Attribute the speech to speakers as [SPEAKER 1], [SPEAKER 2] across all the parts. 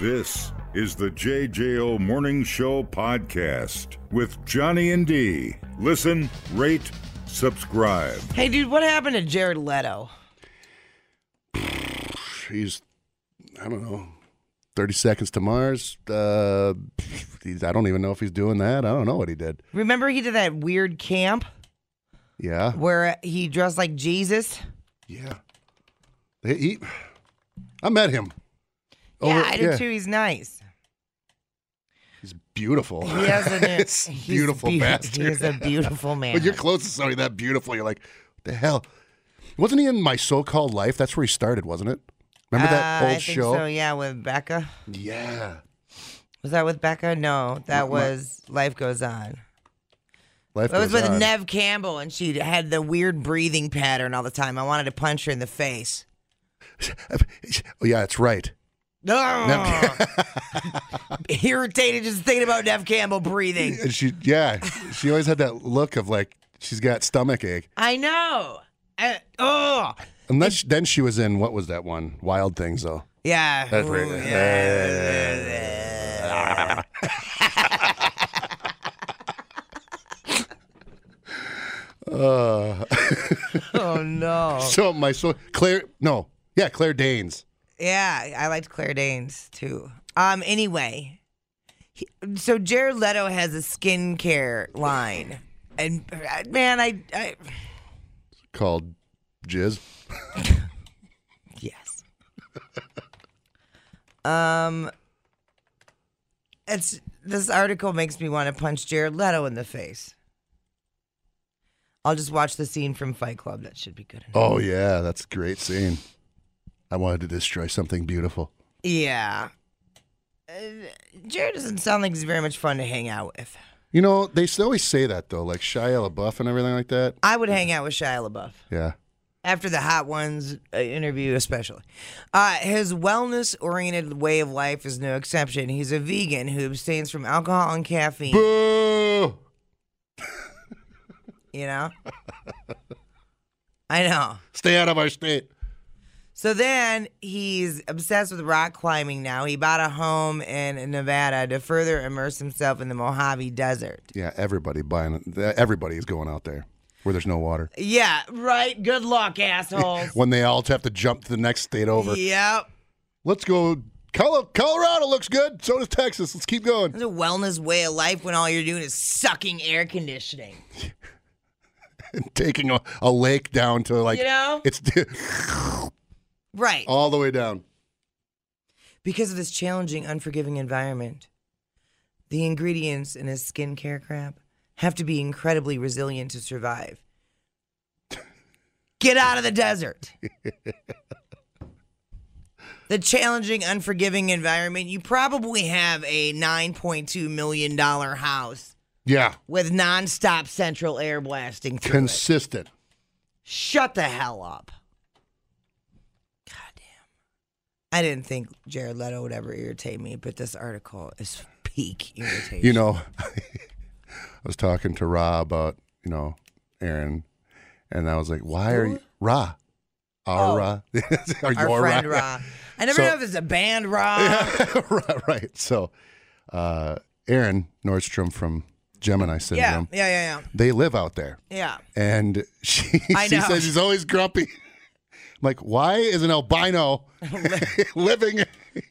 [SPEAKER 1] This is the JJO Morning Show podcast with Johnny and D. Listen, rate, subscribe.
[SPEAKER 2] Hey, dude, what happened to Jared Leto?
[SPEAKER 3] he's I don't know, thirty seconds to Mars. Uh, he's, I don't even know if he's doing that. I don't know what he did.
[SPEAKER 2] Remember he did that weird camp
[SPEAKER 3] Yeah,
[SPEAKER 2] where he dressed like Jesus?
[SPEAKER 3] yeah. He, he- I met him.
[SPEAKER 2] yeah,
[SPEAKER 3] Over-
[SPEAKER 2] I did too. He's nice.
[SPEAKER 3] He's beautiful.
[SPEAKER 2] He has a
[SPEAKER 3] It's
[SPEAKER 2] he's
[SPEAKER 3] beautiful
[SPEAKER 2] beau-
[SPEAKER 3] bastard.
[SPEAKER 2] He is a beautiful man.
[SPEAKER 3] When you're close to somebody that beautiful, you're like, what the hell? Wasn't he in my so-called life? That's where he started, wasn't it? Remember that
[SPEAKER 2] Uh,
[SPEAKER 3] old
[SPEAKER 2] I think
[SPEAKER 3] show?
[SPEAKER 2] So yeah, with Becca.
[SPEAKER 3] Yeah.
[SPEAKER 2] Was that with Becca? No, that was Life Goes On.
[SPEAKER 3] Life
[SPEAKER 2] That was
[SPEAKER 3] Goes
[SPEAKER 2] with
[SPEAKER 3] On.
[SPEAKER 2] Nev Campbell, and she had the weird breathing pattern all the time. I wanted to punch her in the face.
[SPEAKER 3] Oh, yeah, that's right.
[SPEAKER 2] Ugh. Irritated just thinking about Nev Campbell breathing.
[SPEAKER 3] And she, yeah, she always had that look of like she's got stomach ache.
[SPEAKER 2] I know. Uh, oh,
[SPEAKER 3] Unless then she was in what was that one? Wild Things though.
[SPEAKER 2] yeah.
[SPEAKER 3] That's
[SPEAKER 2] Ooh,
[SPEAKER 3] right.
[SPEAKER 2] yeah.
[SPEAKER 3] Uh,
[SPEAKER 2] oh no.
[SPEAKER 3] so my so Claire no yeah Claire Danes.
[SPEAKER 2] Yeah, I liked Claire Danes too. Um. Anyway, he, so Jared Leto has a skincare line, and uh, man, I, I
[SPEAKER 3] called Jizz.
[SPEAKER 2] yes. um. It's this article makes me want to punch Jared Leto in the face. I'll just watch the scene from Fight Club. That should be good enough.
[SPEAKER 3] Oh yeah, that's a great scene. I wanted to destroy something beautiful.
[SPEAKER 2] Yeah. Uh, Jared doesn't sound like he's very much fun to hang out with.
[SPEAKER 3] You know they s- always say that though, like Shia LaBeouf and everything like that.
[SPEAKER 2] I would hang out with Shia LaBeouf.
[SPEAKER 3] Yeah,
[SPEAKER 2] after the Hot Ones uh, interview, especially. Uh, his wellness oriented way of life is no exception. He's a vegan who abstains from alcohol and caffeine.
[SPEAKER 3] boo.
[SPEAKER 2] You know? I know.
[SPEAKER 3] Stay out of our state.
[SPEAKER 2] So then he's obsessed with rock climbing now. He bought a home in Nevada to further immerse himself in the Mojave Desert.
[SPEAKER 3] Yeah, everybody buying. Everybody is going out there where there's no water.
[SPEAKER 2] Yeah, right. Good luck, assholes.
[SPEAKER 3] When they all have to jump to the next state over.
[SPEAKER 2] yep.
[SPEAKER 3] Let's go. Colo- Colorado looks good. So does Texas. Let's keep going.
[SPEAKER 2] That's a wellness way of life when all you're doing is sucking air conditioning.
[SPEAKER 3] taking a, a lake down to like
[SPEAKER 2] You know?
[SPEAKER 3] it's
[SPEAKER 2] Right.
[SPEAKER 3] all the way down.
[SPEAKER 2] Because of his challenging, unforgiving environment, the ingredients in his skincare crap have to be incredibly resilient to survive. Get out of the desert. the challenging, unforgiving environment, you probably have a $9.2 million house
[SPEAKER 3] Yeah,
[SPEAKER 2] with nonstop central air blasting through it.
[SPEAKER 3] consistent.
[SPEAKER 2] Shut the hell up. Goddamn. I didn't think Jared Leto would ever irritate me, but this article is peak irritation.
[SPEAKER 3] You know, I was talking to Ra about you know Aaron, and I was like, "Why are you Ra? Our
[SPEAKER 2] Oh.
[SPEAKER 3] Ra? are
[SPEAKER 2] our
[SPEAKER 3] your
[SPEAKER 2] friend Ra. I never
[SPEAKER 3] So-
[SPEAKER 2] know if it's a band Ra.
[SPEAKER 3] Yeah, right, right. So, uh, Aaron Nordstrom from Gemini
[SPEAKER 2] Yeah,
[SPEAKER 3] Syndrome,
[SPEAKER 2] yeah, yeah, yeah.
[SPEAKER 3] they live out there.
[SPEAKER 2] yeah.
[SPEAKER 3] and she,
[SPEAKER 2] I
[SPEAKER 3] she
[SPEAKER 2] know.
[SPEAKER 3] says she's always grumpy. I'm like, why is an albino living?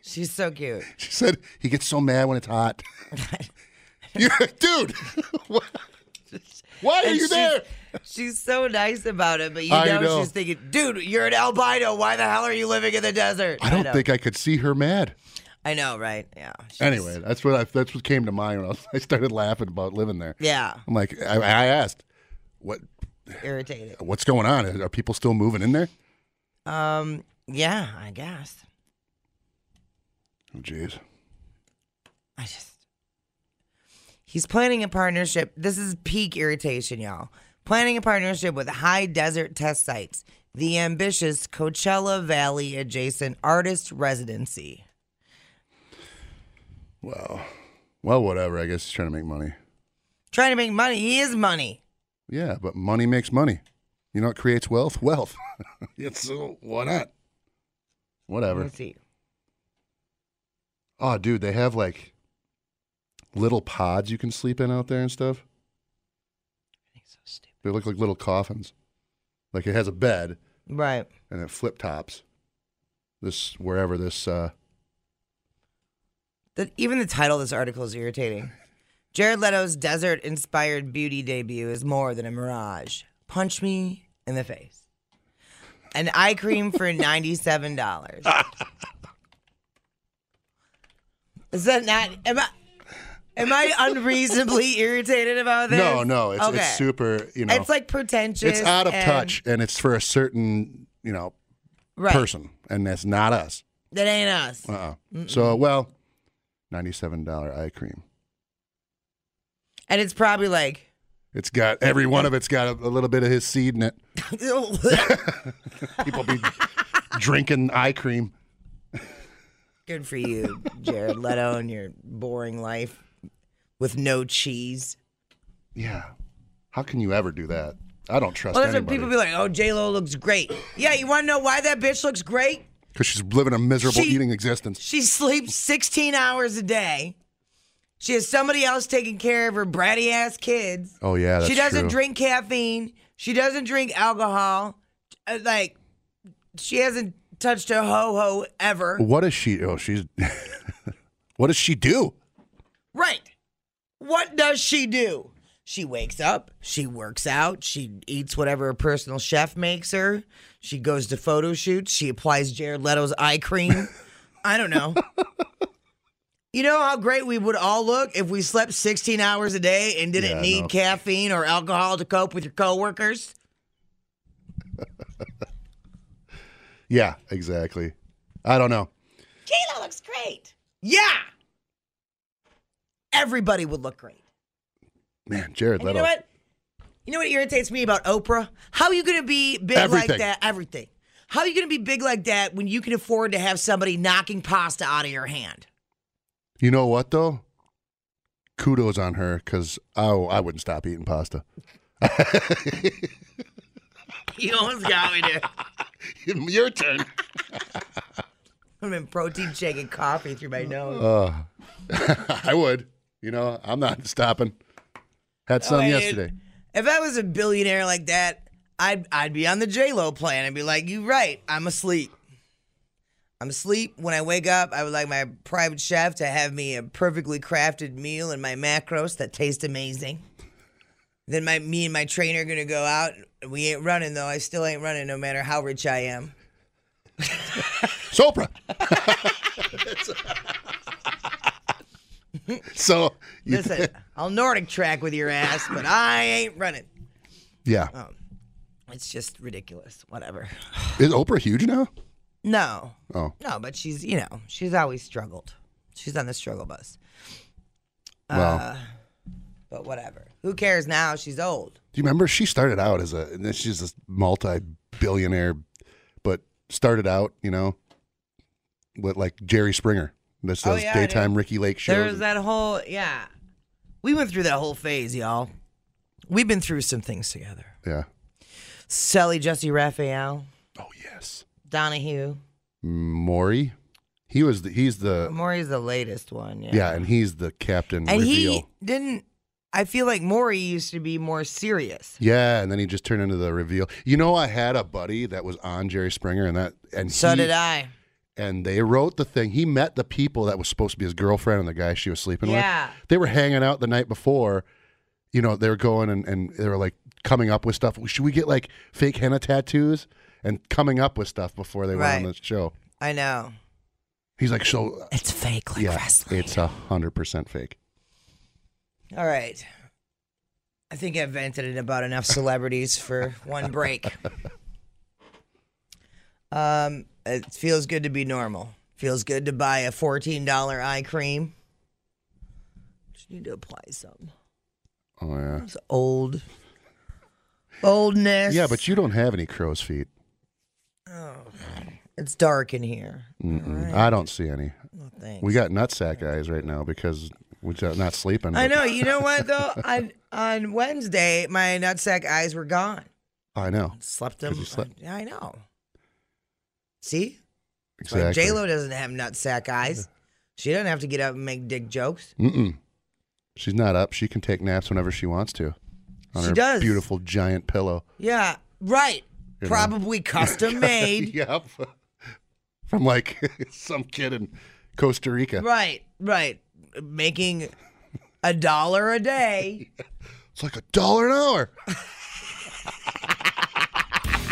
[SPEAKER 2] She's so cute.
[SPEAKER 3] She said he gets so mad when it's hot. You're like, dude, wh- why are
[SPEAKER 2] And
[SPEAKER 3] you
[SPEAKER 2] she's-
[SPEAKER 3] there?
[SPEAKER 2] She's so nice about it, but you
[SPEAKER 3] I
[SPEAKER 2] know,
[SPEAKER 3] know.
[SPEAKER 2] she's thinking, dude, you're an albino. Why the hell are you living in the desert?
[SPEAKER 3] I don't
[SPEAKER 2] know.
[SPEAKER 3] think I could see her mad.
[SPEAKER 2] I know, right? Yeah. she's-
[SPEAKER 3] Anyway, that's what I, that's what came to mind when I, was, I started laughing about living there.
[SPEAKER 2] Yeah,
[SPEAKER 3] I'm like, I, I asked, what
[SPEAKER 2] irritated.
[SPEAKER 3] what's going on? Are people still moving in there?
[SPEAKER 2] Um, yeah, I guess.
[SPEAKER 3] Oh, jeez.
[SPEAKER 2] I just. He's planning a partnership. This is peak irritation, y'all. Planning a partnership with high desert test sites, the ambitious Coachella Valley adjacent artist residency.
[SPEAKER 3] Well, well, whatever. I guess he's trying to make money.
[SPEAKER 2] Trying to make money. He is money.
[SPEAKER 3] Yeah, but money makes money. You know what creates wealth? Wealth. it's so why not?
[SPEAKER 2] Let me
[SPEAKER 3] Whatever.
[SPEAKER 2] see.
[SPEAKER 3] Oh, dude, they have like little pods you can sleep in out there and stuff.
[SPEAKER 2] so stupid.
[SPEAKER 3] They look like little coffins. Like it has a bed
[SPEAKER 2] Right.
[SPEAKER 3] and it flip tops. This wherever this uh
[SPEAKER 2] The, even the title of this article is irritating. Jared Leto's desert inspired beauty debut is more than a mirage. Punch me in the face. An eye cream for $97. is that not. Am I, am I unreasonably irritated about this?
[SPEAKER 3] No, no, it's
[SPEAKER 2] Okay.
[SPEAKER 3] it's super, you know.
[SPEAKER 2] It's like pretentious.
[SPEAKER 3] it's out of
[SPEAKER 2] and-
[SPEAKER 3] touch and it's for a certain, you know,
[SPEAKER 2] Right.
[SPEAKER 3] person and that's not us.
[SPEAKER 2] That ain't us.
[SPEAKER 3] Uh-uh. So, well, $97 eye cream.
[SPEAKER 2] And it's probably like.
[SPEAKER 3] It's got every one of it's got a, a little bit of his seed in it. People be drinking eye cream.
[SPEAKER 2] Good for you, Jared Leto, and your boring life with no cheese.
[SPEAKER 3] Yeah. How can you ever do that? I don't trust
[SPEAKER 2] Well, that's what
[SPEAKER 3] anybody.
[SPEAKER 2] people be like. Oh, J Lo looks great. Yeah, you want to know why that bitch looks great?
[SPEAKER 3] Because she's living a miserable
[SPEAKER 2] She-
[SPEAKER 3] eating existence.
[SPEAKER 2] She sleeps 16 hours a day. She has somebody else taking care of her bratty ass kids.
[SPEAKER 3] Oh yeah, that's
[SPEAKER 2] she doesn't
[SPEAKER 3] true.
[SPEAKER 2] drink caffeine. She doesn't drink alcohol. Uh, Like, she hasn't touched a ho ho ever.
[SPEAKER 3] What does she? Oh, she's. what does she do?
[SPEAKER 2] Right. What does she do? She wakes up, she works out, she eats whatever her personal chef makes her, she goes to photo shoots, she applies Jared Leto's eye cream. I don't know. You know how great we would all look if we slept 16 hours a day and didn't
[SPEAKER 3] Yeah, I
[SPEAKER 2] need
[SPEAKER 3] know.
[SPEAKER 2] caffeine or alcohol to cope with your coworkers?
[SPEAKER 3] Yeah, exactly. I don't know.
[SPEAKER 2] Kayla looks great. Yeah. Everybody would look great.
[SPEAKER 3] Man, Jared
[SPEAKER 2] And
[SPEAKER 3] Leto.
[SPEAKER 2] you know what? You know what irritates me about Oprah? How are you going to be big
[SPEAKER 3] Everything.
[SPEAKER 2] like that? Everything. How are you going to be big like that when you can afford to have somebody knocking pasta out of your hand?
[SPEAKER 3] You know what though? Kudos on her, because oh, I wouldn't stop eating pasta.
[SPEAKER 2] You almost got me there.
[SPEAKER 3] Your turn.
[SPEAKER 2] I'm in protein shake and coffee through my nose.
[SPEAKER 3] I would. You know, I'm not stopping. Had some
[SPEAKER 2] I did.
[SPEAKER 3] yesterday.
[SPEAKER 2] If I was a billionaire like that, I'd I'd be on the J Lo plan and be like, "You right? I'm asleep. I'm asleep. When I wake up, I would like my private chef to have me a perfectly crafted meal and my macros that taste amazing. Then my me and my trainer are gonna go out. We ain't running though. I still ain't running, no matter how rich I am.
[SPEAKER 3] Sopra. so you,
[SPEAKER 2] Listen, I'll Nordic track with your ass, but I ain't running.
[SPEAKER 3] yeah,
[SPEAKER 2] Oh. It's just ridiculous. Whatever.
[SPEAKER 3] is Oprah huge now?
[SPEAKER 2] No.
[SPEAKER 3] Oh,
[SPEAKER 2] No, but she's you know she's always struggled. She's on the struggle bus.
[SPEAKER 3] well.
[SPEAKER 2] Uh, but whatever. Who cares now? She's old.
[SPEAKER 3] Do you remember she started out as a and then she's this multi-billionaire, but started out, you know, with like Jerry Springer. That's
[SPEAKER 2] Oh,
[SPEAKER 3] those
[SPEAKER 2] yeah,
[SPEAKER 3] daytime Ricky Lake shows.
[SPEAKER 2] There was that whole yeah. We went through that whole phase, y'all. We've been through some things together.
[SPEAKER 3] yeah.
[SPEAKER 2] Sally, Jesse Raphael,
[SPEAKER 3] Oh yes.
[SPEAKER 2] Donahue.
[SPEAKER 3] Maury. He was the, he's the
[SPEAKER 2] Maury's the latest one. Yeah.
[SPEAKER 3] yeah, and he's the captain
[SPEAKER 2] And
[SPEAKER 3] reveal.
[SPEAKER 2] he didn't. I feel like Maury used to be more serious.
[SPEAKER 3] yeah, and then he just turned into the reveal. You know, I had a buddy that was on Jerry Springer, and that and
[SPEAKER 2] So
[SPEAKER 3] he,
[SPEAKER 2] did I.
[SPEAKER 3] and they wrote the thing. He met the people that was supposed to be his girlfriend and the guy she was sleeping
[SPEAKER 2] Yeah.
[SPEAKER 3] with. They were hanging out the night before. You know, they were going and, and they were like coming up with stuff. Should we get like fake henna tattoos? And coming up with stuff before they went on the
[SPEAKER 2] Right.
[SPEAKER 3] show.
[SPEAKER 2] I know.
[SPEAKER 3] He's like, so
[SPEAKER 2] It's fake like
[SPEAKER 3] yeah,
[SPEAKER 2] wrestling.
[SPEAKER 3] it's a hundred percent fake.
[SPEAKER 2] All right. I think I've vented it about enough celebrities for one break. Um, it feels good to be normal. Feels good to buy a fourteen dollar eye cream. Just need to apply some.
[SPEAKER 3] Oh yeah,
[SPEAKER 2] It's old, oldness.
[SPEAKER 3] yeah, but you don't have any crow's feet.
[SPEAKER 2] it's dark in here.
[SPEAKER 3] Mm-mm. I don't see any.
[SPEAKER 2] Well, thanks.
[SPEAKER 3] We got nutsack eyes right now because we're not sleeping.
[SPEAKER 2] I
[SPEAKER 3] but-
[SPEAKER 2] know. You know what though? on on Wednesday, my nutsack eyes were gone.
[SPEAKER 3] I know.
[SPEAKER 2] Slept them.
[SPEAKER 3] you slept.
[SPEAKER 2] I, I know. See,
[SPEAKER 3] Exactly.
[SPEAKER 2] J Lo doesn't have nutsack eyes. She doesn't have to get up and make dick jokes.
[SPEAKER 3] Mm-mm. She's not up. She can take naps whenever she wants to. On
[SPEAKER 2] She
[SPEAKER 3] her
[SPEAKER 2] does.
[SPEAKER 3] beautiful giant pillow.
[SPEAKER 2] Yeah, right.
[SPEAKER 3] You know?
[SPEAKER 2] Probably custom made.
[SPEAKER 3] yep. From like some kid in Costa Rica.
[SPEAKER 2] Right, right. Making a dollar a day.
[SPEAKER 3] It's like a dollar an hour.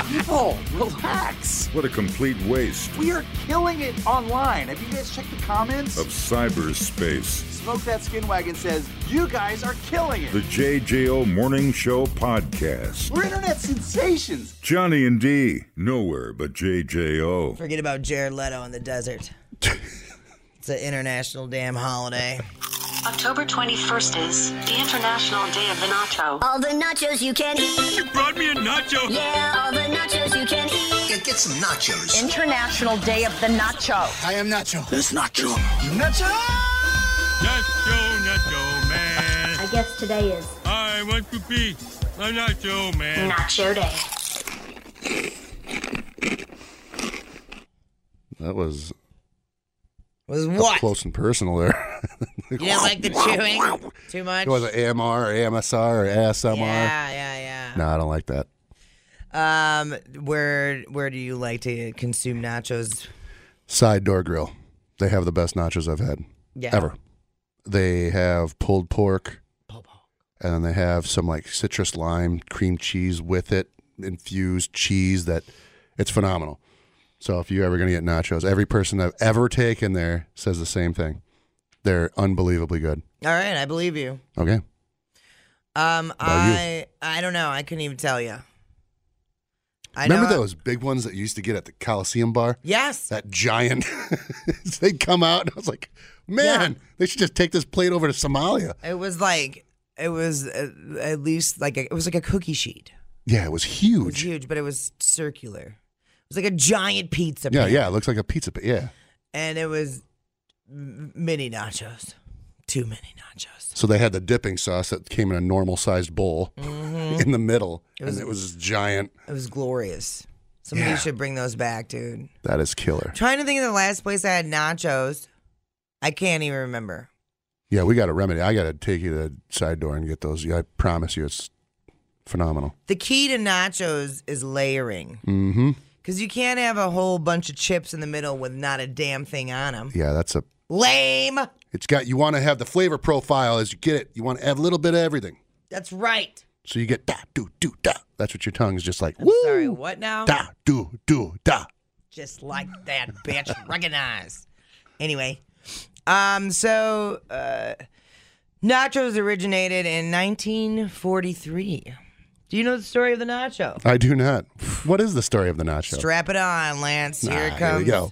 [SPEAKER 4] People, relax.
[SPEAKER 1] What a complete waste
[SPEAKER 4] We are killing it online. Have you guys checked the comments?
[SPEAKER 1] of cyberspace.
[SPEAKER 4] Smoke That Skin Wagon says, You guys are killing it.
[SPEAKER 1] The JJO Morning Show Podcast.
[SPEAKER 4] We're internet sensations.
[SPEAKER 1] Johnny and D, nowhere but JJO.
[SPEAKER 2] Forget about Jared Leto in the desert. it's an international damn holiday.
[SPEAKER 5] October 21st is the International Day of the Nacho.
[SPEAKER 6] All the nachos you can eat. You brought me a nacho. Yeah, all the nachos you can eat.
[SPEAKER 7] Get, get some nachos.
[SPEAKER 8] International Day of the Nacho.
[SPEAKER 7] I am nacho. It's nacho.
[SPEAKER 9] Nacho, nacho man.
[SPEAKER 6] I guess today is
[SPEAKER 9] I want to be a nacho man.
[SPEAKER 6] Nacho Day.
[SPEAKER 3] That was
[SPEAKER 2] Was
[SPEAKER 3] up
[SPEAKER 2] what?
[SPEAKER 3] close and personal there.
[SPEAKER 2] You didn't like the chewing too much?
[SPEAKER 3] it was an AMR or AMSR or ASMR.
[SPEAKER 2] yeah, yeah,
[SPEAKER 3] No, I don't like that.
[SPEAKER 2] yeah. Um, where where do you like to consume nachos?
[SPEAKER 3] Side door grill. They have the best nachos I've had
[SPEAKER 2] Yeah.
[SPEAKER 3] ever. They have pulled pork, and then they have some like citrus lime cream cheese with it, infused cheese that it's phenomenal. So if you're ever gonna get nachos, every person I've ever taken there says the same thing. They're unbelievably good.
[SPEAKER 2] All right, I believe you.
[SPEAKER 3] Okay.
[SPEAKER 2] Um,
[SPEAKER 3] about you?
[SPEAKER 2] I I don't know. I couldn't even tell you. I
[SPEAKER 3] Remember
[SPEAKER 2] know-
[SPEAKER 3] those big ones that you used to get at the Coliseum bar?
[SPEAKER 2] Yes.
[SPEAKER 3] That giant. They'd come out, and I was like, man, they should just take this plate over to Somalia.
[SPEAKER 2] It was like it was uh, at least like a, it was like a cookie sheet.
[SPEAKER 3] Yeah, it was
[SPEAKER 2] It was
[SPEAKER 3] huge.
[SPEAKER 2] huge, but it was circular. It was like a giant pizza.
[SPEAKER 3] Yeah,
[SPEAKER 2] pan.
[SPEAKER 3] yeah, it looks like a pizza. pa- Yeah.
[SPEAKER 2] And it was m- mini nachos, too many nachos.
[SPEAKER 3] So they had the dipping sauce that came in a normal sized bowl
[SPEAKER 2] Mm-hmm.
[SPEAKER 3] in the middle, and it was this giant.
[SPEAKER 2] It was glorious. Somebody
[SPEAKER 3] Yeah.
[SPEAKER 2] should bring those back, dude.
[SPEAKER 3] That is killer.
[SPEAKER 2] Trying to think of the last place I had nachos. I can't even remember.
[SPEAKER 3] Yeah, we got a remedy. I got to take you to the side door and get those. Yeah, I promise you, it's phenomenal.
[SPEAKER 2] The key to nachos is layering.
[SPEAKER 3] Mm-hmm.
[SPEAKER 2] Because you can't have a whole bunch of chips in the middle with not a damn thing on them.
[SPEAKER 3] Yeah, that's a.
[SPEAKER 2] Lame!
[SPEAKER 3] It's got. You want to have the flavor profile as you get it. You want to have a little bit of everything.
[SPEAKER 2] That's right.
[SPEAKER 3] So you get da do do da. That's what your tongue's just like. Woo!
[SPEAKER 2] Sorry, what now?
[SPEAKER 3] Da do do da.
[SPEAKER 2] just like that bitch recognize anyway um so uh nachos originated in 1943 do you know the story of the nacho
[SPEAKER 3] I do not. What is the story of the nacho?
[SPEAKER 2] strap it on lance
[SPEAKER 3] Ah,
[SPEAKER 2] here it
[SPEAKER 3] Here
[SPEAKER 2] comes
[SPEAKER 3] we go.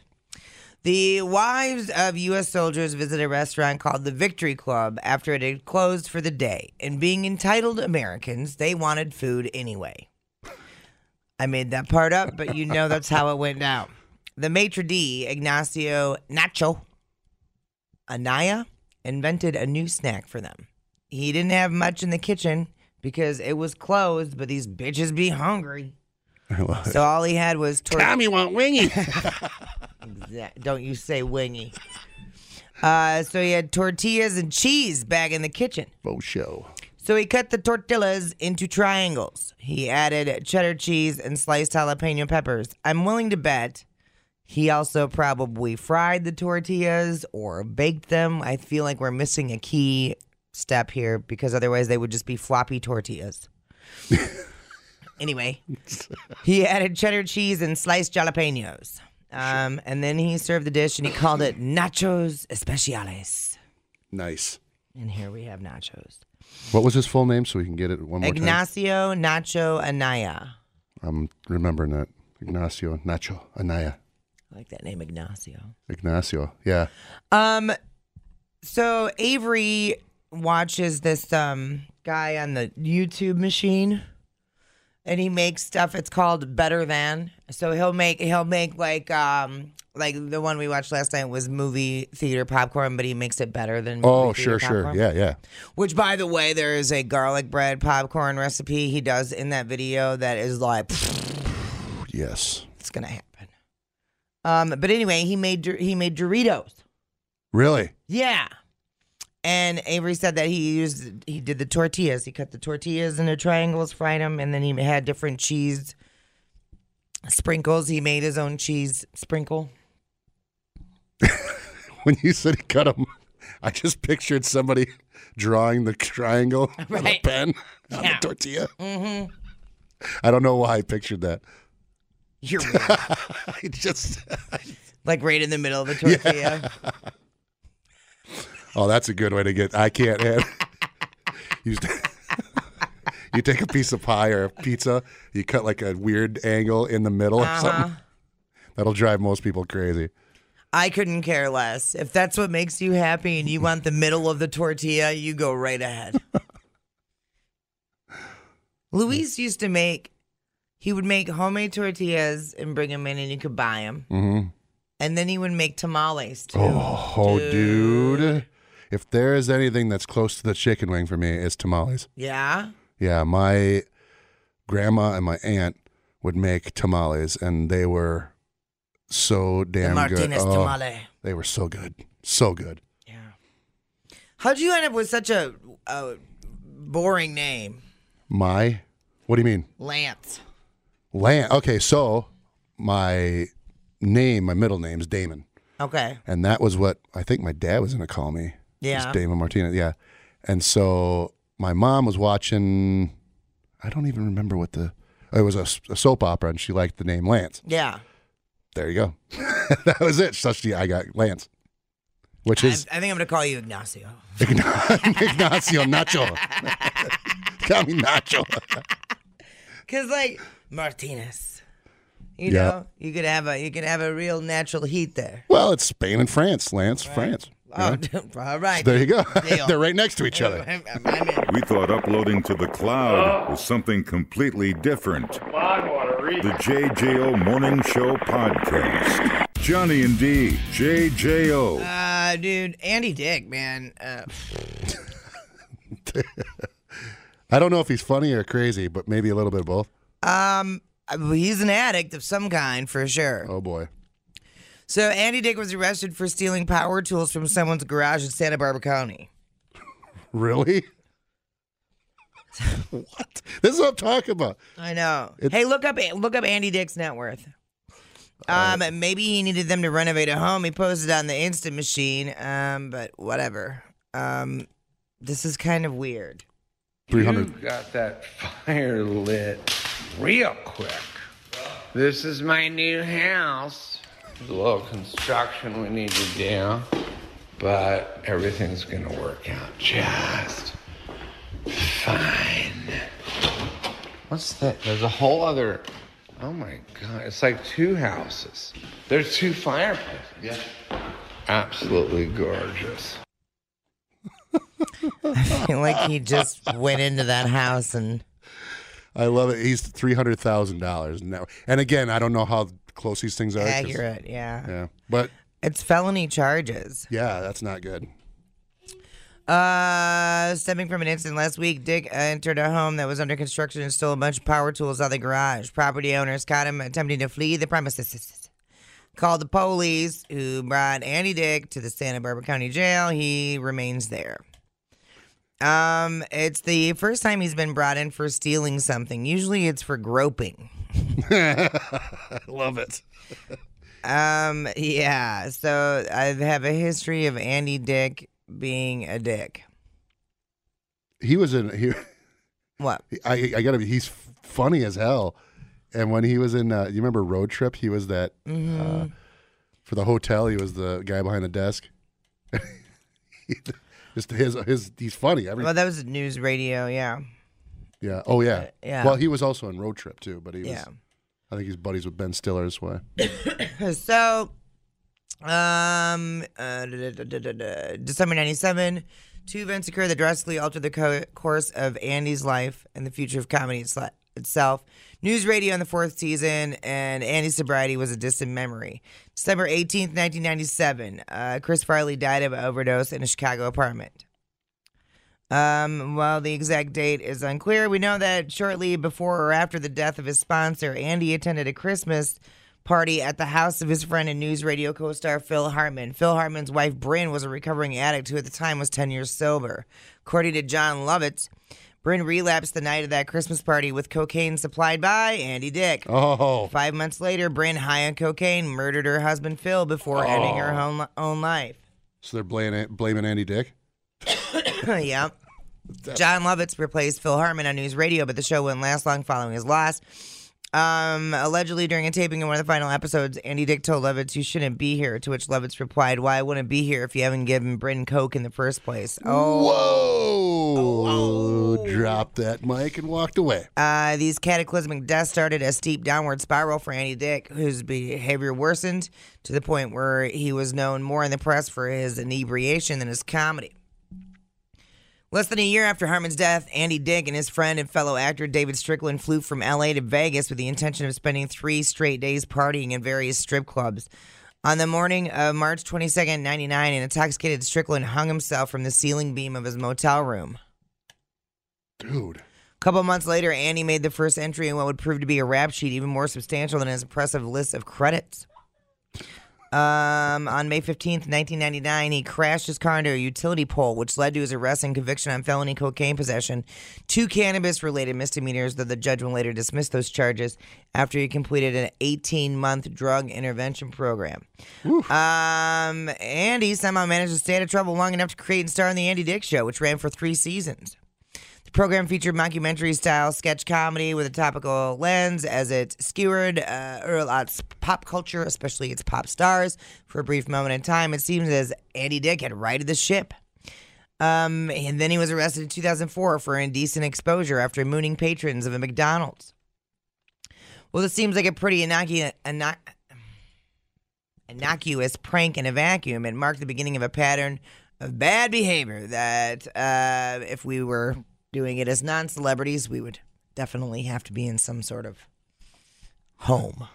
[SPEAKER 2] the wives of U.S. soldiers visit a restaurant called the Victory Club after it had closed for the day. And being entitled Americans, they wanted food anyway. I made that part up, but you know that's how it went down. The maitre d' Ignacio Nacho Anaya invented a new snack for them. He didn't have much in the kitchen because it was closed, but these bitches be hungry.
[SPEAKER 3] I love it.
[SPEAKER 2] So all he had was tor-
[SPEAKER 3] Tommy want wingy.
[SPEAKER 2] that- Don't you say wingy. Uh, so he had tortillas and cheese back in the kitchen.
[SPEAKER 3] Faux show.
[SPEAKER 2] So he cut the tortillas into triangles. He added cheddar cheese and sliced jalapeno peppers. I'm willing to bet he also probably fried the tortillas or baked them. I feel like we're missing a key step here because otherwise they would just be floppy tortillas. anyway, he added cheddar cheese and sliced jalapenos. Um, and then he served the dish and he called it nachos especiales.
[SPEAKER 3] Nice.
[SPEAKER 2] And here we have nachos.
[SPEAKER 3] What was his full name so we can get it one more time?
[SPEAKER 2] Ignacio Nacho Anaya.
[SPEAKER 3] I'm remembering that. Ignacio, Nacho, Anaya,
[SPEAKER 2] I like that name, Ignacio.
[SPEAKER 3] Ignacio. Yeah.
[SPEAKER 2] Um, so Avery watches this um guy on the YouTube machine, and he makes stuff. It's called Better Than. So he'll make he'll make like um like the one we watched last night was movie theater popcorn, but he makes it better than movie
[SPEAKER 3] Oh,
[SPEAKER 2] theater
[SPEAKER 3] sure, sure.
[SPEAKER 2] popcorn.
[SPEAKER 3] Yeah, yeah.
[SPEAKER 2] Which, by the way, there is a garlic bread popcorn recipe he does in that video that is like.
[SPEAKER 3] Yes.
[SPEAKER 2] it's gonna happen. Um, but anyway, he made Dor- he made Doritos.
[SPEAKER 3] Really?
[SPEAKER 2] Yeah. And Avery said that he used he did the tortillas. He cut the tortillas into triangles, fried them, and then he had different cheese sprinkles. He made his own cheese sprinkle.
[SPEAKER 3] When you said he cut them, I just pictured somebody drawing the triangle with a
[SPEAKER 2] Right.
[SPEAKER 3] pen on
[SPEAKER 2] Yeah.
[SPEAKER 3] the tortilla. Mm-hmm. I don't know why I pictured that.
[SPEAKER 2] You're weird.
[SPEAKER 3] I just,
[SPEAKER 2] like right in the middle of the tortilla.
[SPEAKER 3] oh, that's a good way to get. I can't. Have, you, just- you take a piece of pie or a pizza, you cut like a weird angle in the middle or something. That'll drive most people crazy.
[SPEAKER 2] I couldn't care less. If that's what makes you happy and you want the middle of the tortilla, you go right ahead. Luis used to make, he would make homemade tortillas and bring them in and you could buy them. Mm-hmm. And then he would make tamales too.
[SPEAKER 3] Oh, dude. If there is anything that's close to the chicken wing for me, it's tamales.
[SPEAKER 2] Yeah.
[SPEAKER 3] Yeah, my grandma and my aunt would make tamales, and they were so
[SPEAKER 2] The
[SPEAKER 3] damn
[SPEAKER 2] Martinez
[SPEAKER 3] good. Oh,
[SPEAKER 2] tamale.
[SPEAKER 3] They were so good, so good.
[SPEAKER 2] Yeah. How'd you end up with such a, a boring name?
[SPEAKER 3] My, what do you mean?
[SPEAKER 2] Lance.
[SPEAKER 3] Land. Okay, so my name, my middle name is Damon,
[SPEAKER 2] Okay.
[SPEAKER 3] and that was what I think my dad was going to call me. It's
[SPEAKER 2] Yeah.
[SPEAKER 3] Damon Martinez. Yeah. And so my mom was watching, I don't even remember what the, it was a, s- a soap opera and she liked the name Lance.
[SPEAKER 2] Yeah.
[SPEAKER 3] There you go. that was it. So she, I got Lance, which
[SPEAKER 2] I, I
[SPEAKER 3] is
[SPEAKER 2] think I'm going to call you Ignacio.
[SPEAKER 3] Ignacio Nacho. Call me Nacho.
[SPEAKER 2] Cause like Martinez, you
[SPEAKER 3] Yeah.
[SPEAKER 2] know, you could have a you could have a real natural heat there.
[SPEAKER 3] Well, it's Spain and France, Lance, France.
[SPEAKER 2] Oh,
[SPEAKER 3] Yeah.
[SPEAKER 2] all right.
[SPEAKER 3] There you go.
[SPEAKER 2] Deal.
[SPEAKER 3] They're right next to each other.
[SPEAKER 2] I'm- I'm- I'm in.
[SPEAKER 1] We thought uploading to the cloud was something completely different. The JJO Morning Show Podcast. Johnny and D, JJO.
[SPEAKER 2] Uh, dude, Andy Dick, man. Uh,
[SPEAKER 3] I don't know if he's funny or crazy, but maybe a little bit of both.
[SPEAKER 2] he's an addict of some kind for sure.
[SPEAKER 3] Oh boy.
[SPEAKER 2] So Andy Dick was arrested for stealing power tools from someone's garage in Santa Barbara County.
[SPEAKER 3] Really? what? This is what I'm talking about.
[SPEAKER 2] I know. hey, look up look up Andy Dick's net worth. Um, maybe he needed them to renovate a home. He posted on the instant machine. Um, but whatever. Um, this is kind of weird.
[SPEAKER 3] 300.
[SPEAKER 10] got that fire lit real quick. This is my new house. There's a little construction we need to do, but everything's gonna work out just fine. What's that? There's a whole other. Oh my god! It's like two houses. There's two fireplaces. Yeah. Absolutely gorgeous.
[SPEAKER 2] like he just went into that house and
[SPEAKER 3] I love it. He's $300,000 now. And again, I don't know how close these things are. 'cause-
[SPEAKER 2] accurate. Yeah.
[SPEAKER 3] Yeah. But
[SPEAKER 2] It's felony charges.
[SPEAKER 3] yeah, that's not good.
[SPEAKER 2] Uh, stemming from an incident last week, Dick entered a home that was under construction and stole a bunch of power tools out of the garage. Property owners caught him attempting to flee the premises. Called the police, who brought Andy Dick to the Santa Barbara County Jail. He remains there. Um, it's the first time he's been brought in for stealing something. Usually, it's for groping.
[SPEAKER 3] I love it.
[SPEAKER 2] Um, yeah. So I have a history of Andy Dick being a dick.
[SPEAKER 3] He was in, he,
[SPEAKER 2] What?
[SPEAKER 3] I, I gotta be, he's funny as hell. And when he was in, uh, you remember Road Trip? He was that,
[SPEAKER 2] Mm-hmm.
[SPEAKER 3] uh, for the hotel, he was the guy behind the desk. Just his, his, he's funny. Every,
[SPEAKER 2] Well, that was news radio. Yeah.
[SPEAKER 3] Yeah. Oh yeah.
[SPEAKER 2] yeah.
[SPEAKER 3] Well, he was also on Road Trip too, but he was.
[SPEAKER 2] Yeah.
[SPEAKER 3] I think he's buddies with Ben Stiller. That's why.
[SPEAKER 2] So, um, uh, da- da- da- da- da- December 97, two events occurred that drastically altered the co- course of Andy's life and the future of comedy itsle- itself. News radio in the fourth season, and Andy's sobriety was a distant memory. December 18th, 1997, uh, Chris Farley died of an overdose in a Chicago apartment. Um, while the exact date is unclear, we know that shortly before or after the death of his sponsor, Andy attended a Christmas party at the house of his friend and news radio co star Phil Hartman. Phil Hartman's wife, Bryn, was a recovering addict who at the time was 10 years sober. According to John Lovitz, Bryn relapsed the night of that Christmas party with cocaine supplied by Andy Dick.
[SPEAKER 3] Oh,
[SPEAKER 2] Five months later, Bryn, high on cocaine, murdered her husband Phil before ending her own, own life.
[SPEAKER 3] so they're blaming blaming Andy Dick.
[SPEAKER 2] yep. John Lovitz replaced Phil Hartman on news radio, but the show wouldn't last long following his loss. Um, allegedly, during a taping in one of the final episodes, Andy Dick told Lovitz, "You shouldn't be here." To which Lovitz replied, "Why I wouldn't be here if you haven't given Bryn coke in the first place?" Oh,
[SPEAKER 3] Whoa! Dropped that mic and walked away.
[SPEAKER 2] Uh, these cataclysmic deaths started a steep downward spiral for Andy Dick, whose behavior worsened to the point where he was known more in the press for his inebriation than his comedy. Less than a year after Harmon's death, Andy Dick and his friend and fellow actor David Strickland flew from LA to Vegas with the intention of spending three straight days partying in various strip clubs. On the morning of March 22nd, 99, an intoxicated Strickland hung himself from the ceiling beam of his motel room.
[SPEAKER 3] Dude.
[SPEAKER 2] Couple months later, Andy made the first entry in what would prove to be a rap sheet even more substantial than his impressive list of credits. Um, on May 15th, 1999, he crashed his car into a utility pole, which led to his arrest and conviction on felony cocaine possession, two cannabis related misdemeanors, though the judgment later dismissed those charges after he completed an 18 month drug intervention program. Um, Andy somehow managed to stay out of trouble long enough to create and star on The Andy Dick Show, which ran for three seasons. The program featured mockumentary style sketch comedy with a topical lens as it skewered uh, Earlot's pop culture, especially its pop stars. For a brief moment in time, it seems as Andy Dick had righted the ship. Um, and then he was arrested in 2004 for indecent exposure after mooning patrons of a McDonald's. Well, this seems like a pretty innocu- innoc- innocuous prank in a vacuum. It marked the beginning of a pattern of bad behavior that uh, if we were doing it as non celebrities, we would definitely have to be in some sort of home.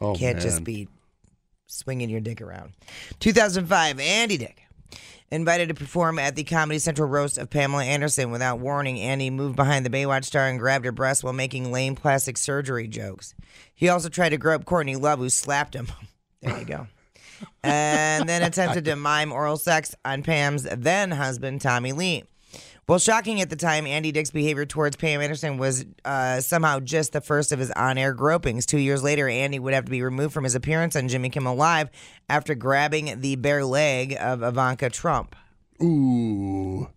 [SPEAKER 3] Oh
[SPEAKER 2] Can't just
[SPEAKER 3] man.
[SPEAKER 2] be swinging your dick around. 2005, Andy Dick. Invited to perform at the Comedy Central roast of Pamela Anderson without warning, Andy moved behind the Baywatch star and grabbed her breast while making lame plastic surgery jokes. He also tried to grope Courtney Love, who slapped him. There you go. and then attempted to mime oral sex on Pam's then husband, Tommy Lee. Well, shocking at the time, Andy Dick's behavior towards Pam Anderson was uh, somehow just the first of his on air gropings. Two years later, Andy would have to be removed from his appearance on Jimmy Kimmel Live after grabbing the bare leg of Ivanka Trump.
[SPEAKER 3] Ooh.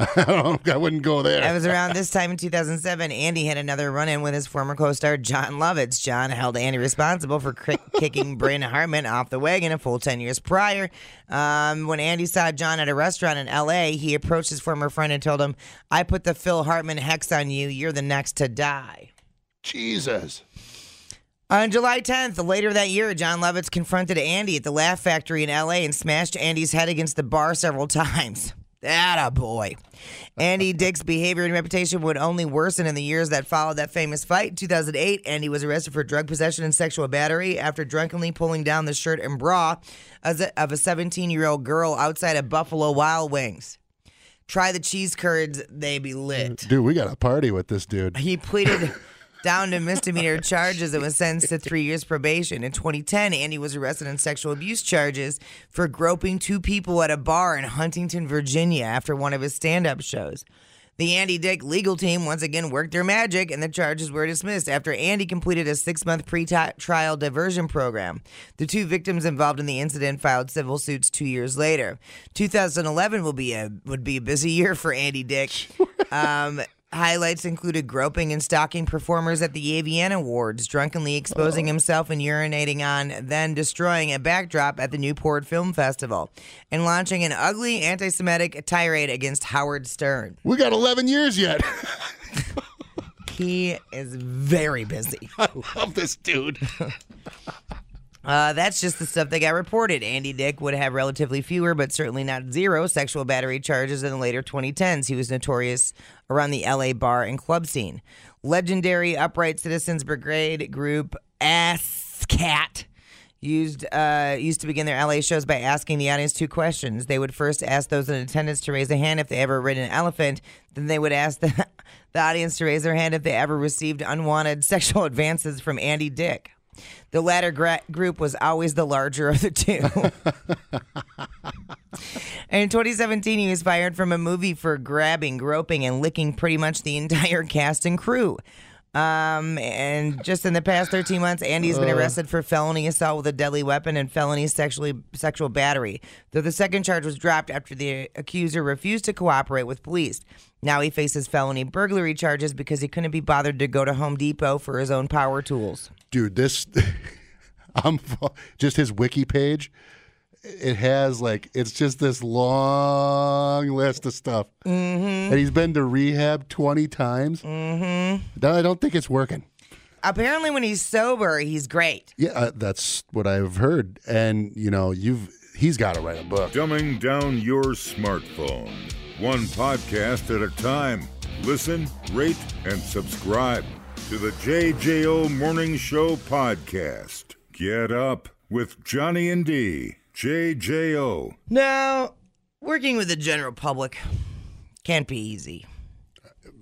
[SPEAKER 3] I don't. I wouldn't go
[SPEAKER 2] It
[SPEAKER 3] there.
[SPEAKER 2] was around this time in 2007. Andy had another run in with his former co star, John Lovitz. John held Andy responsible for cri- kicking Bryn Hartman off the wagon a full 10 years prior. Um, when Andy saw John at a restaurant in LA, he approached his former friend and told him, I put the Phil Hartman hex on you. You're the next to die.
[SPEAKER 3] Jesus.
[SPEAKER 2] On July 10th, later that year, John Lovitz confronted Andy at the Laugh Factory in LA and smashed Andy's head against the bar several times. That a boy. Andy Dick's behavior and reputation would only worsen in the years that followed that famous fight. In 2008, Andy was arrested for drug possession and sexual battery after drunkenly pulling down the shirt and bra as a- of a 17 year old girl outside of Buffalo Wild Wings. Try the cheese curds, they be lit.
[SPEAKER 3] Dude, we got a party with this dude.
[SPEAKER 2] He pleaded down to misdemeanor charges and was sentenced to three years probation. In 2010, Andy was arrested on sexual abuse charges for groping two people at a bar in Huntington, Virginia, after one of his stand up shows. The Andy Dick legal team once again worked their magic and the charges were dismissed after Andy completed a six month pre trial diversion program. The two victims involved in the incident filed civil suits two years later. 2011 will be a, would be a busy year for Andy Dick. Um, Highlights included groping and stalking performers at the AVN Awards, drunkenly exposing himself and urinating on, then destroying a backdrop at the Newport Film Festival, and launching an ugly anti Semitic tirade against Howard Stern.
[SPEAKER 3] We got 11 years yet.
[SPEAKER 2] He is very busy.
[SPEAKER 3] Love this dude.
[SPEAKER 2] Uh, that's just the stuff that got reported. Andy Dick would have relatively fewer, but certainly not zero, sexual battery charges in the later 2010s. He was notorious around the LA bar and club scene. Legendary Upright Citizens Brigade group ASCAT used uh, used to begin their LA shows by asking the audience two questions. They would first ask those in attendance to raise a hand if they ever ridden an elephant. Then they would ask the, the audience to raise their hand if they ever received unwanted sexual advances from Andy Dick. The latter gra- group was always the larger of the two. and in 2017, he was fired from a movie for grabbing, groping, and licking pretty much the entire cast and crew. Um, and just in the past 13 months, Andy's been arrested for felony assault with a deadly weapon and felony sexually sexual battery. Though the second charge was dropped after the accuser refused to cooperate with police. Now he faces felony burglary charges because he couldn't be bothered to go to Home Depot for his own power tools.
[SPEAKER 3] dude this i'm fo- just his wiki page it has like it's just this long list of stuff
[SPEAKER 2] Mm-hmm.
[SPEAKER 3] and he's been to rehab 20 times mm-hmm. i don't think it's working
[SPEAKER 2] Apparently, when he's sober, he's great.
[SPEAKER 3] yeah uh, that's what i've heard and you know you've he's got to write a book
[SPEAKER 1] Dumbing down your smartphone. One podcast at a time. Listen, rate, and subscribe to the JJO Morning Show podcast. Get up with Johnny and D. JJO.
[SPEAKER 2] Now, working with the general public can't be easy.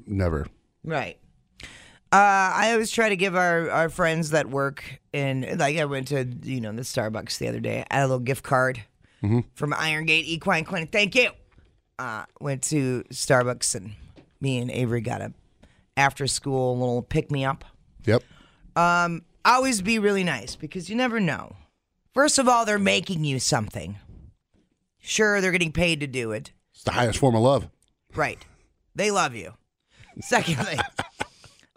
[SPEAKER 3] never
[SPEAKER 2] Right. Uh, I always try to give our, our friends that work in, like I went to, you know, the Starbucks the other day. I had a little gift card from Iron Gate Equine Clinic. Thank you. Uh, went to Starbucks and me and Avery got a after school little pick me up.
[SPEAKER 3] yep
[SPEAKER 2] Um, always be really nice because you never know. First of all, they're making you something. Sure, they're getting paid to do it.
[SPEAKER 3] it's the highest form of love
[SPEAKER 2] Right. They love you. Secondly,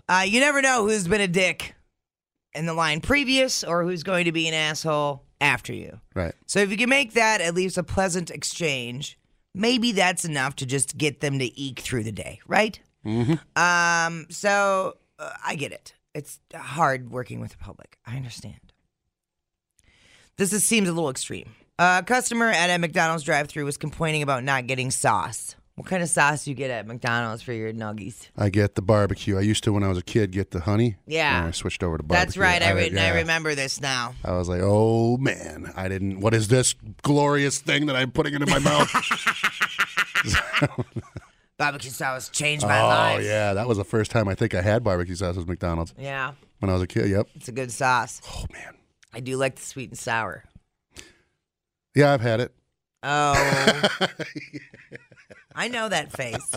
[SPEAKER 2] uh, you never know who's been a dick in the line previous or who's going to be an asshole after you.
[SPEAKER 3] right
[SPEAKER 2] So if you can make that at least a pleasant exchange, maybe that's enough to just get them to eke through the day, right? Mm-hmm. Um, so uh, I get it. It's hard working with the public. I understand. This is, seems a little extreme. A customer at a McDonald's drive-thru was complaining about not getting sauce. What kind of sauce you get at McDonald's for your nuggies?
[SPEAKER 3] i get the barbecue i used to when i was a kid get the honey
[SPEAKER 2] Yeah.
[SPEAKER 3] and i switched over to barbecue
[SPEAKER 2] That's right. I, re- I
[SPEAKER 3] yeah.
[SPEAKER 2] remember this now.
[SPEAKER 3] I was like, oh man, I didn't. What is this glorious thing that I'm putting into my mouth?
[SPEAKER 2] Barbecue sauce changed my
[SPEAKER 3] oh,
[SPEAKER 2] life.
[SPEAKER 3] yeah. That was the first time I think I had barbecue sauce at McDonald's
[SPEAKER 2] yeah,
[SPEAKER 3] when I was a kid. Yep.
[SPEAKER 2] it's a good sauce.
[SPEAKER 3] Oh, man.
[SPEAKER 2] I do like the sweet and sour.
[SPEAKER 3] Yeah, I've had it.
[SPEAKER 2] Oh. I know that face.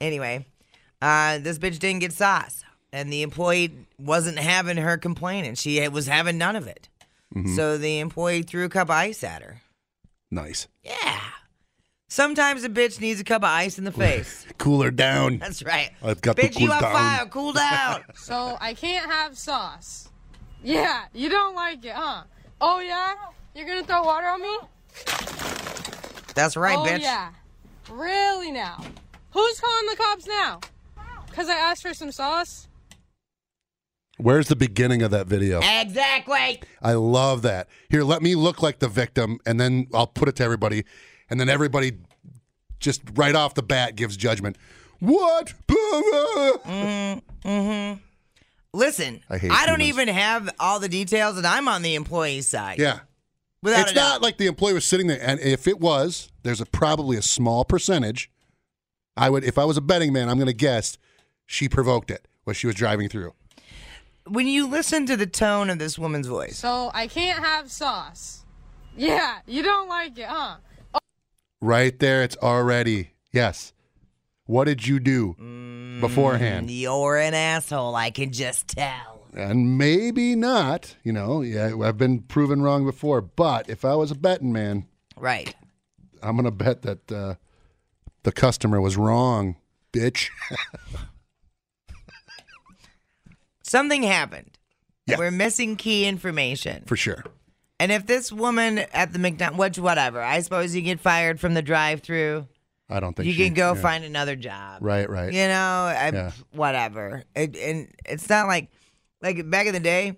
[SPEAKER 2] anyway, uh, this bitch didn't get sauce, and the employee wasn't having her complaining. She was having none of it.
[SPEAKER 3] Mm-hmm.
[SPEAKER 2] So the employee threw a cup of ice at her.
[SPEAKER 3] Nice.
[SPEAKER 2] Yeah. Sometimes a bitch needs a cup of ice in the face.
[SPEAKER 3] Cooler down.
[SPEAKER 2] That's right.
[SPEAKER 3] I've got to
[SPEAKER 2] bitch, you
[SPEAKER 3] cool
[SPEAKER 2] on
[SPEAKER 3] down.
[SPEAKER 2] fire. Cool down.
[SPEAKER 11] So I can't have sauce. Yeah, you don't like it, huh? Oh yeah? You're gonna throw water on me?
[SPEAKER 2] That's right,
[SPEAKER 11] oh
[SPEAKER 2] bitch.
[SPEAKER 11] yeah. Really now? Who's calling the cops now? Cause I asked for some sauce?
[SPEAKER 3] Where's the beginning of that video?
[SPEAKER 2] Exactly.
[SPEAKER 3] I love that. Here, let me look like the victim, and then I'll put it to everybody, and then everybody just right off the bat gives judgment. What?
[SPEAKER 2] Listen,
[SPEAKER 3] I hate
[SPEAKER 2] don't
[SPEAKER 3] humans.
[SPEAKER 2] even have all the details, and I'm on the employee side.
[SPEAKER 3] Yeah.
[SPEAKER 2] Without
[SPEAKER 3] it's
[SPEAKER 2] a doubt.
[SPEAKER 3] not like the employee was sitting there, and if it was, there's a, probably a small percentage. I would, if I was a betting man, I'm going to guess she provoked it when she was driving through.
[SPEAKER 2] when you listen to the tone of this woman's voice,
[SPEAKER 11] So I can't have sauce. Yeah, you don't like it, huh?
[SPEAKER 3] Right there, it's already yes. What did you do
[SPEAKER 2] Mm,
[SPEAKER 3] beforehand?
[SPEAKER 2] you're an asshole. I can just tell.
[SPEAKER 3] And maybe not. You know, yeah, I've been proven wrong before. But if I was a betting man,
[SPEAKER 2] Right.
[SPEAKER 3] I'm going to bet that uh, the customer was wrong, bitch.
[SPEAKER 2] Something happened.
[SPEAKER 3] Yeah.
[SPEAKER 2] We're missing key information.
[SPEAKER 3] For sure.
[SPEAKER 2] And if this woman at the McDonald's, which whatever, I suppose you get fired from the drive-through,
[SPEAKER 3] I don't think
[SPEAKER 2] you
[SPEAKER 3] she-
[SPEAKER 2] can go
[SPEAKER 3] yeah.
[SPEAKER 2] find another job.
[SPEAKER 3] Right, right.
[SPEAKER 2] You know, I,
[SPEAKER 3] Yeah.
[SPEAKER 2] whatever. It, and it's not like, like back in the day.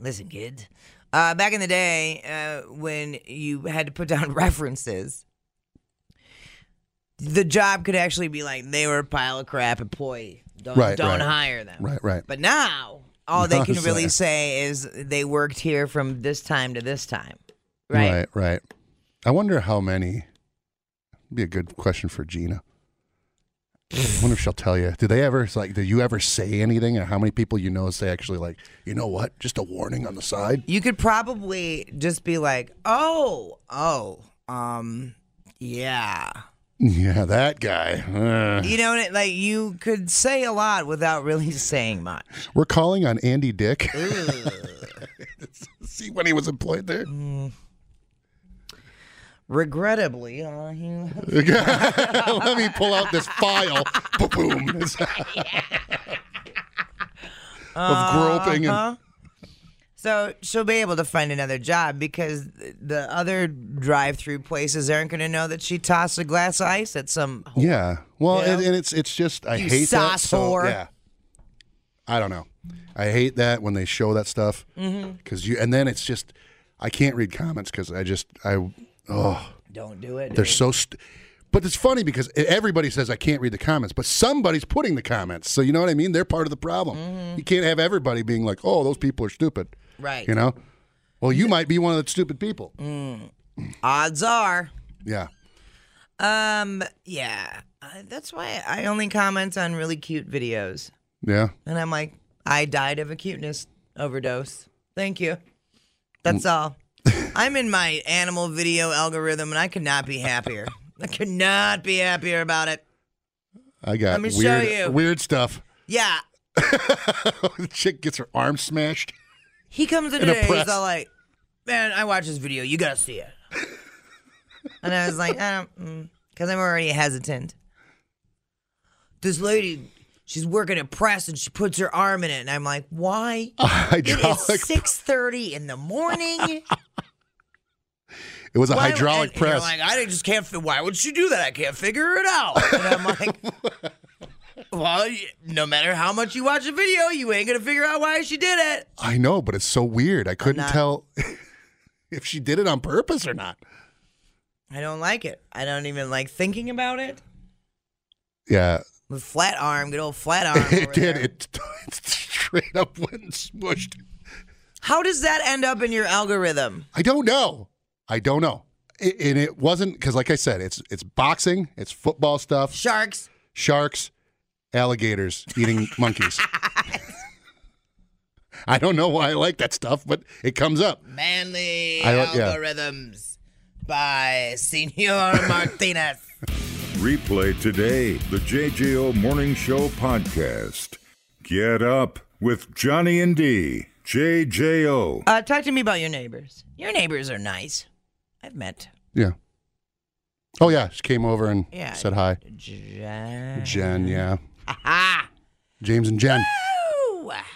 [SPEAKER 2] Listen, kids. Uh, back in the day, uh, when you had to put down references, the job could actually be like they were a pile of crap employee. Don't
[SPEAKER 3] Right,
[SPEAKER 2] don't
[SPEAKER 3] right.
[SPEAKER 2] hire them.
[SPEAKER 3] Right, right.
[SPEAKER 2] But now all they
[SPEAKER 3] Now
[SPEAKER 2] can
[SPEAKER 3] it's
[SPEAKER 2] really
[SPEAKER 3] like-
[SPEAKER 2] say is they worked here from this time to this time.
[SPEAKER 3] Right, right. I wonder how many. Be a good question for Gina. I wonder if she'll tell you. Did they ever it's like? Did you ever say anything? Or how many people you know say actually like? You know what? Just a warning on the side.
[SPEAKER 2] You could probably just be like, oh, oh, um, yeah.
[SPEAKER 3] Yeah, that guy. Uh.
[SPEAKER 2] You know, and it- like you could say a lot without really saying much.
[SPEAKER 3] We're calling on Andy Dick. See when he was employed there.
[SPEAKER 2] Regrettably, uh, he
[SPEAKER 3] Let me pull out this file. Boom. of groping and-
[SPEAKER 2] Uh-huh. So she'll be able to find another job because the other drive-through places aren't going to know that she tossed a glass of ice at some.
[SPEAKER 3] Yeah. Well,
[SPEAKER 2] Yeah.
[SPEAKER 3] and, and it's it's just I
[SPEAKER 2] You
[SPEAKER 3] hate that.
[SPEAKER 2] sauce
[SPEAKER 3] So
[SPEAKER 2] whore.
[SPEAKER 3] yeah. I don't know. I hate that when they show that stuff
[SPEAKER 2] Mhm.
[SPEAKER 3] because you and then it's just I can't read comments because I just I oh
[SPEAKER 2] Don't do it.
[SPEAKER 3] they're so. St- but it's funny because e, everybody says I can't read the comments, but somebody's putting the comments. So you know what I mean? They're part of the problem.
[SPEAKER 2] Mm-hmm.
[SPEAKER 3] You can't have everybody being like, "Oh, those people are stupid."
[SPEAKER 2] Right.
[SPEAKER 3] You know? Well, you might be one of the stupid people.
[SPEAKER 2] Mm. Odds are.
[SPEAKER 3] Yeah.
[SPEAKER 2] Um. Yeah. Uh, that's why I only comment on really cute videos,
[SPEAKER 3] Yeah.
[SPEAKER 2] and I'm like, I died of a cuteness overdose. Thank you. That's all. I'm in my animal video algorithm, and I could not be happier. I could not be happier about it.
[SPEAKER 3] I got
[SPEAKER 2] Let me show
[SPEAKER 3] weird
[SPEAKER 2] you.
[SPEAKER 3] weird stuff.
[SPEAKER 2] Yeah.
[SPEAKER 3] the chick gets her arm smashed.
[SPEAKER 2] He comes in
[SPEAKER 3] And
[SPEAKER 2] today. He's
[SPEAKER 3] oppressed.
[SPEAKER 2] all like, "Man, I watched this video. You gotta see it." and I was like, "I don't," because I'm already hesitant. This lady, she's working a press and she puts her arm in it, and I'm like, "Why?"
[SPEAKER 3] Oh,
[SPEAKER 2] It
[SPEAKER 3] Hydraulic-
[SPEAKER 2] is six thirty in the morning.
[SPEAKER 3] It was a
[SPEAKER 2] Why-
[SPEAKER 3] hydraulic
[SPEAKER 2] and you're
[SPEAKER 3] press.
[SPEAKER 2] like, I just can't. fi- Why would she do that? I can't figure it out. And I'm like, well, y- no matter how much you watch a video, you ain't gonna figure out why she did it.
[SPEAKER 3] I know, but it's so weird. I couldn't
[SPEAKER 2] not-
[SPEAKER 3] tell if she did it on purpose or not.
[SPEAKER 2] I don't like it. I don't even like thinking about it.
[SPEAKER 3] Yeah,
[SPEAKER 2] The flat arm, good old flat arm.
[SPEAKER 3] it
[SPEAKER 2] over
[SPEAKER 3] did.
[SPEAKER 2] there.
[SPEAKER 3] It, it straight up went and smushed.
[SPEAKER 2] How does that end up in your algorithm?
[SPEAKER 3] I don't know. I don't know. It, and it wasn't because, like I said, it's it's boxing, it's football stuff,
[SPEAKER 2] sharks,
[SPEAKER 3] sharks, alligators eating monkeys. I don't know why I like that stuff, but it comes up.
[SPEAKER 2] Manly
[SPEAKER 3] I don't- yeah.
[SPEAKER 2] algorithms by Senor Martinez.
[SPEAKER 1] Replay today the JJO Morning Show podcast. Get up with Johnny and D. JJO.
[SPEAKER 2] Uh, talk to me about your neighbors. Your neighbors are nice. I've met
[SPEAKER 3] Yeah. Oh yeah, she came over and
[SPEAKER 2] Yeah.
[SPEAKER 3] said hi.
[SPEAKER 2] Jen.
[SPEAKER 3] Jen, yeah. Ah!
[SPEAKER 2] Ha
[SPEAKER 3] James and Jen.
[SPEAKER 2] ha.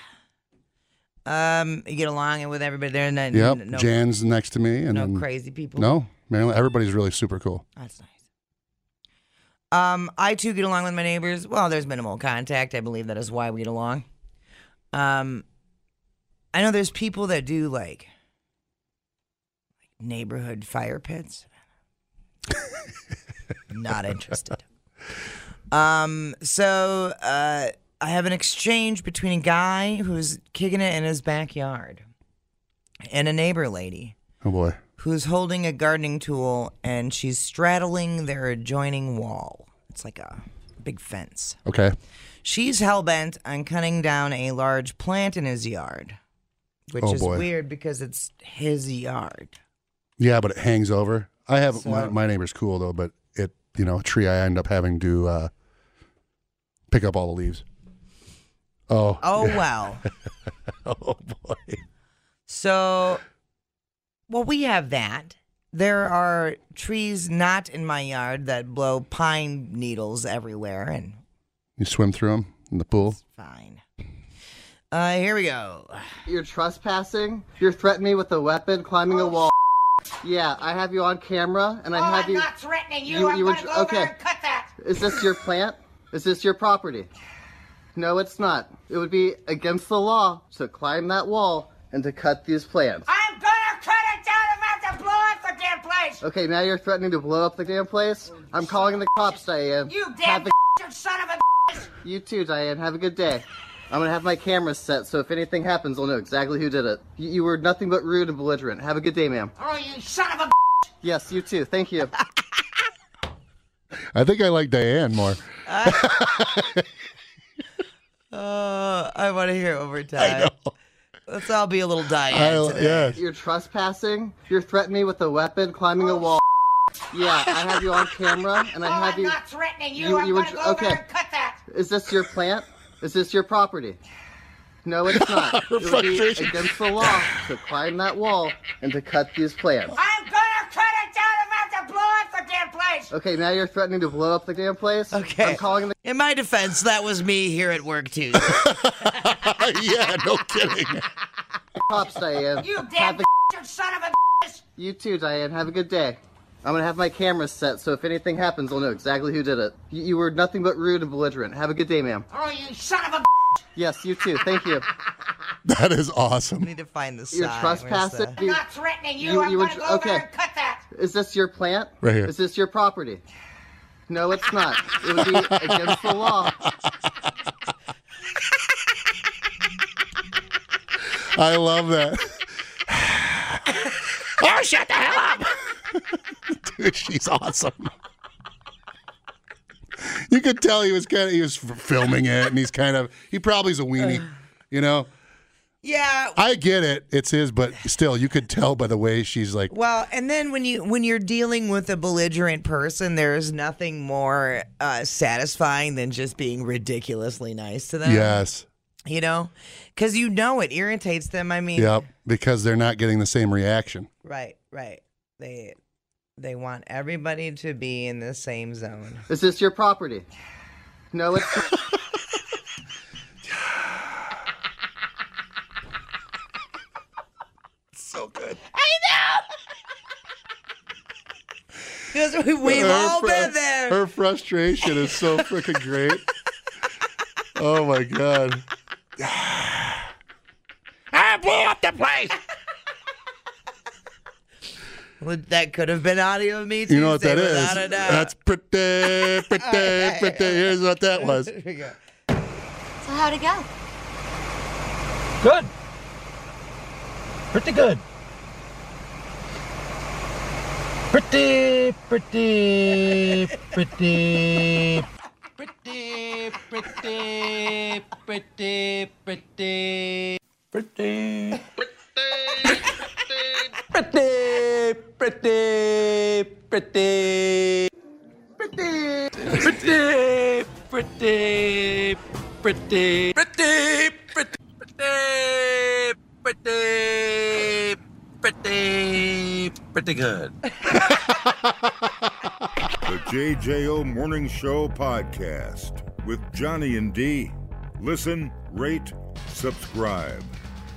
[SPEAKER 2] Um, you get along with everybody there, and then
[SPEAKER 3] Yep.
[SPEAKER 2] no,
[SPEAKER 3] Jan's next to me, and
[SPEAKER 2] no
[SPEAKER 3] then,
[SPEAKER 2] crazy people.
[SPEAKER 3] No, Marilyn. Everybody's really super cool.
[SPEAKER 2] That's nice. Um, I too get along with my neighbors. Well, there's minimal contact. I believe that is why we get along. Um, I know there's people that do like, like neighborhood fire pits. Not interested. Um, so uh, I have an exchange between a guy who's kicking it in his backyard and a neighbor lady
[SPEAKER 3] Oh boy.
[SPEAKER 2] who's holding a gardening tool and she's straddling their adjoining wall. It's like a big fence.
[SPEAKER 3] Okay.
[SPEAKER 2] She's hellbent on cutting down a large plant in his yard, which
[SPEAKER 3] Oh,
[SPEAKER 2] is
[SPEAKER 3] boy.
[SPEAKER 2] weird because it's his yard.
[SPEAKER 3] Yeah, but it hangs over. I have my,
[SPEAKER 2] So-
[SPEAKER 3] my neighbor's cool though, but it you know a tree I end up having to uh, pick up all the leaves. Oh.
[SPEAKER 2] Oh, well.
[SPEAKER 3] oh boy.
[SPEAKER 2] So, well, we have that. There are trees not in my yard that blow pine needles everywhere, and
[SPEAKER 3] You swim through them in the pool.
[SPEAKER 2] fine. Uh, here we go.
[SPEAKER 12] You're trespassing. You're threatening me with a weapon, climbing
[SPEAKER 13] Oh,
[SPEAKER 12] a wall. Yeah, I have you on camera, and I have you.
[SPEAKER 13] threatening
[SPEAKER 12] were- okay. Is this your plant? Is this your property? No, it's not. It would be against the law to climb that wall and to cut these plants.
[SPEAKER 13] I'm gonna cut it down. I'm about to blow up the damn place.
[SPEAKER 12] Okay, now you're threatening to blow up the damn place. I'm calling the cops, Diane.
[SPEAKER 13] Oh, You
[SPEAKER 12] Have
[SPEAKER 13] damn
[SPEAKER 12] the-
[SPEAKER 13] son of a.
[SPEAKER 12] You too, Diane. Have a good day. I'm gonna have my camera set, so if anything happens, I'll know exactly who did it. You, you were nothing but rude and belligerent. Have a good day, ma'am.
[SPEAKER 13] Oh, you son of a.
[SPEAKER 12] Yes, you too. Thank you.
[SPEAKER 3] I think I like Diane more.
[SPEAKER 2] Uh, I want to hear it over time. Let's all be a little Diane. today.
[SPEAKER 12] You're trespassing. You're threatening me with a weapon,
[SPEAKER 13] Oh,
[SPEAKER 12] climbing a wall. Yeah, I have you on camera, and I have
[SPEAKER 13] I'm
[SPEAKER 12] you.
[SPEAKER 13] not threatening you. I'm gonna go over and cut that.
[SPEAKER 12] Is this your plant? Is this your property? No, it's not. it would be
[SPEAKER 13] Frustration.
[SPEAKER 12] against the law to climb that wall and to cut these plants.
[SPEAKER 13] I'm gonna cut it down. I'm about to blow up the damn place.
[SPEAKER 12] Okay, now you're threatening to blow up the damn place. Okay. I'm calling the.
[SPEAKER 2] In my defense, that was me here at work too.
[SPEAKER 3] yeah, no kidding.
[SPEAKER 12] Cops, Diane.
[SPEAKER 13] You damn bastard son of a.
[SPEAKER 12] You too, Diane. Have a good day. I'm gonna have my camera set, so if anything happens, I'll know exactly who did it. You, you were nothing but rude and belligerent. Have a good day, ma'am.
[SPEAKER 13] Oh, you son of a.
[SPEAKER 12] Yes, you too. Thank you.
[SPEAKER 3] That is awesome.
[SPEAKER 2] need to find the
[SPEAKER 12] You're
[SPEAKER 2] sign. Where's
[SPEAKER 12] trespassing.
[SPEAKER 13] I'm not threatening you.
[SPEAKER 12] You-
[SPEAKER 13] I'm
[SPEAKER 12] you were
[SPEAKER 13] gonna
[SPEAKER 12] tr-
[SPEAKER 13] go over
[SPEAKER 12] okay.
[SPEAKER 13] and cut that.
[SPEAKER 12] Is this your plant?
[SPEAKER 3] Right here.
[SPEAKER 12] Is this your property? No, it's not. It would be against the law.
[SPEAKER 3] I love that. oh, shut the hell up. Dude, she's awesome. You could tell he was kind of he was filming it, and he's kind of he probably is a weenie, you know.
[SPEAKER 2] Yeah.
[SPEAKER 3] I get it; it's his, but still, you could tell by the way she's like,
[SPEAKER 2] Well, and then when you when you're dealing with a belligerent person, there is nothing more uh, satisfying than just being ridiculously nice to them.
[SPEAKER 3] "Yes,
[SPEAKER 2] You know, because you know it irritates them. I mean,
[SPEAKER 3] yep," because they're not getting the same reaction.
[SPEAKER 2] right, right. They they want everybody to be in the same zone.
[SPEAKER 12] Is this your property? No, it's not.
[SPEAKER 3] So good.
[SPEAKER 13] I
[SPEAKER 2] Because we, we've
[SPEAKER 3] Her
[SPEAKER 2] all
[SPEAKER 3] fr-
[SPEAKER 2] been there.
[SPEAKER 3] Her frustration is so freaking great. oh my god. I blew up the place.
[SPEAKER 2] Would- That could have been audio of me.
[SPEAKER 3] You know what that
[SPEAKER 2] Tuesday,
[SPEAKER 3] is?
[SPEAKER 2] without a doubt.
[SPEAKER 3] That's pretty, pretty, pretty. Here's what that was.
[SPEAKER 5] So how'd it go?
[SPEAKER 14] Good. Pretty good. Pretty, pretty, pretty.
[SPEAKER 13] know. Pretty, pretty, pretty,
[SPEAKER 14] Pretty. Pretty, pretty, pretty.
[SPEAKER 13] pretty.
[SPEAKER 14] Pretty, pretty, pretty. Pretty, pretty, pretty, pretty, pretty, pretty good.
[SPEAKER 1] The JJO Morning Show podcast with Johnny and D. Listen, rate, subscribe.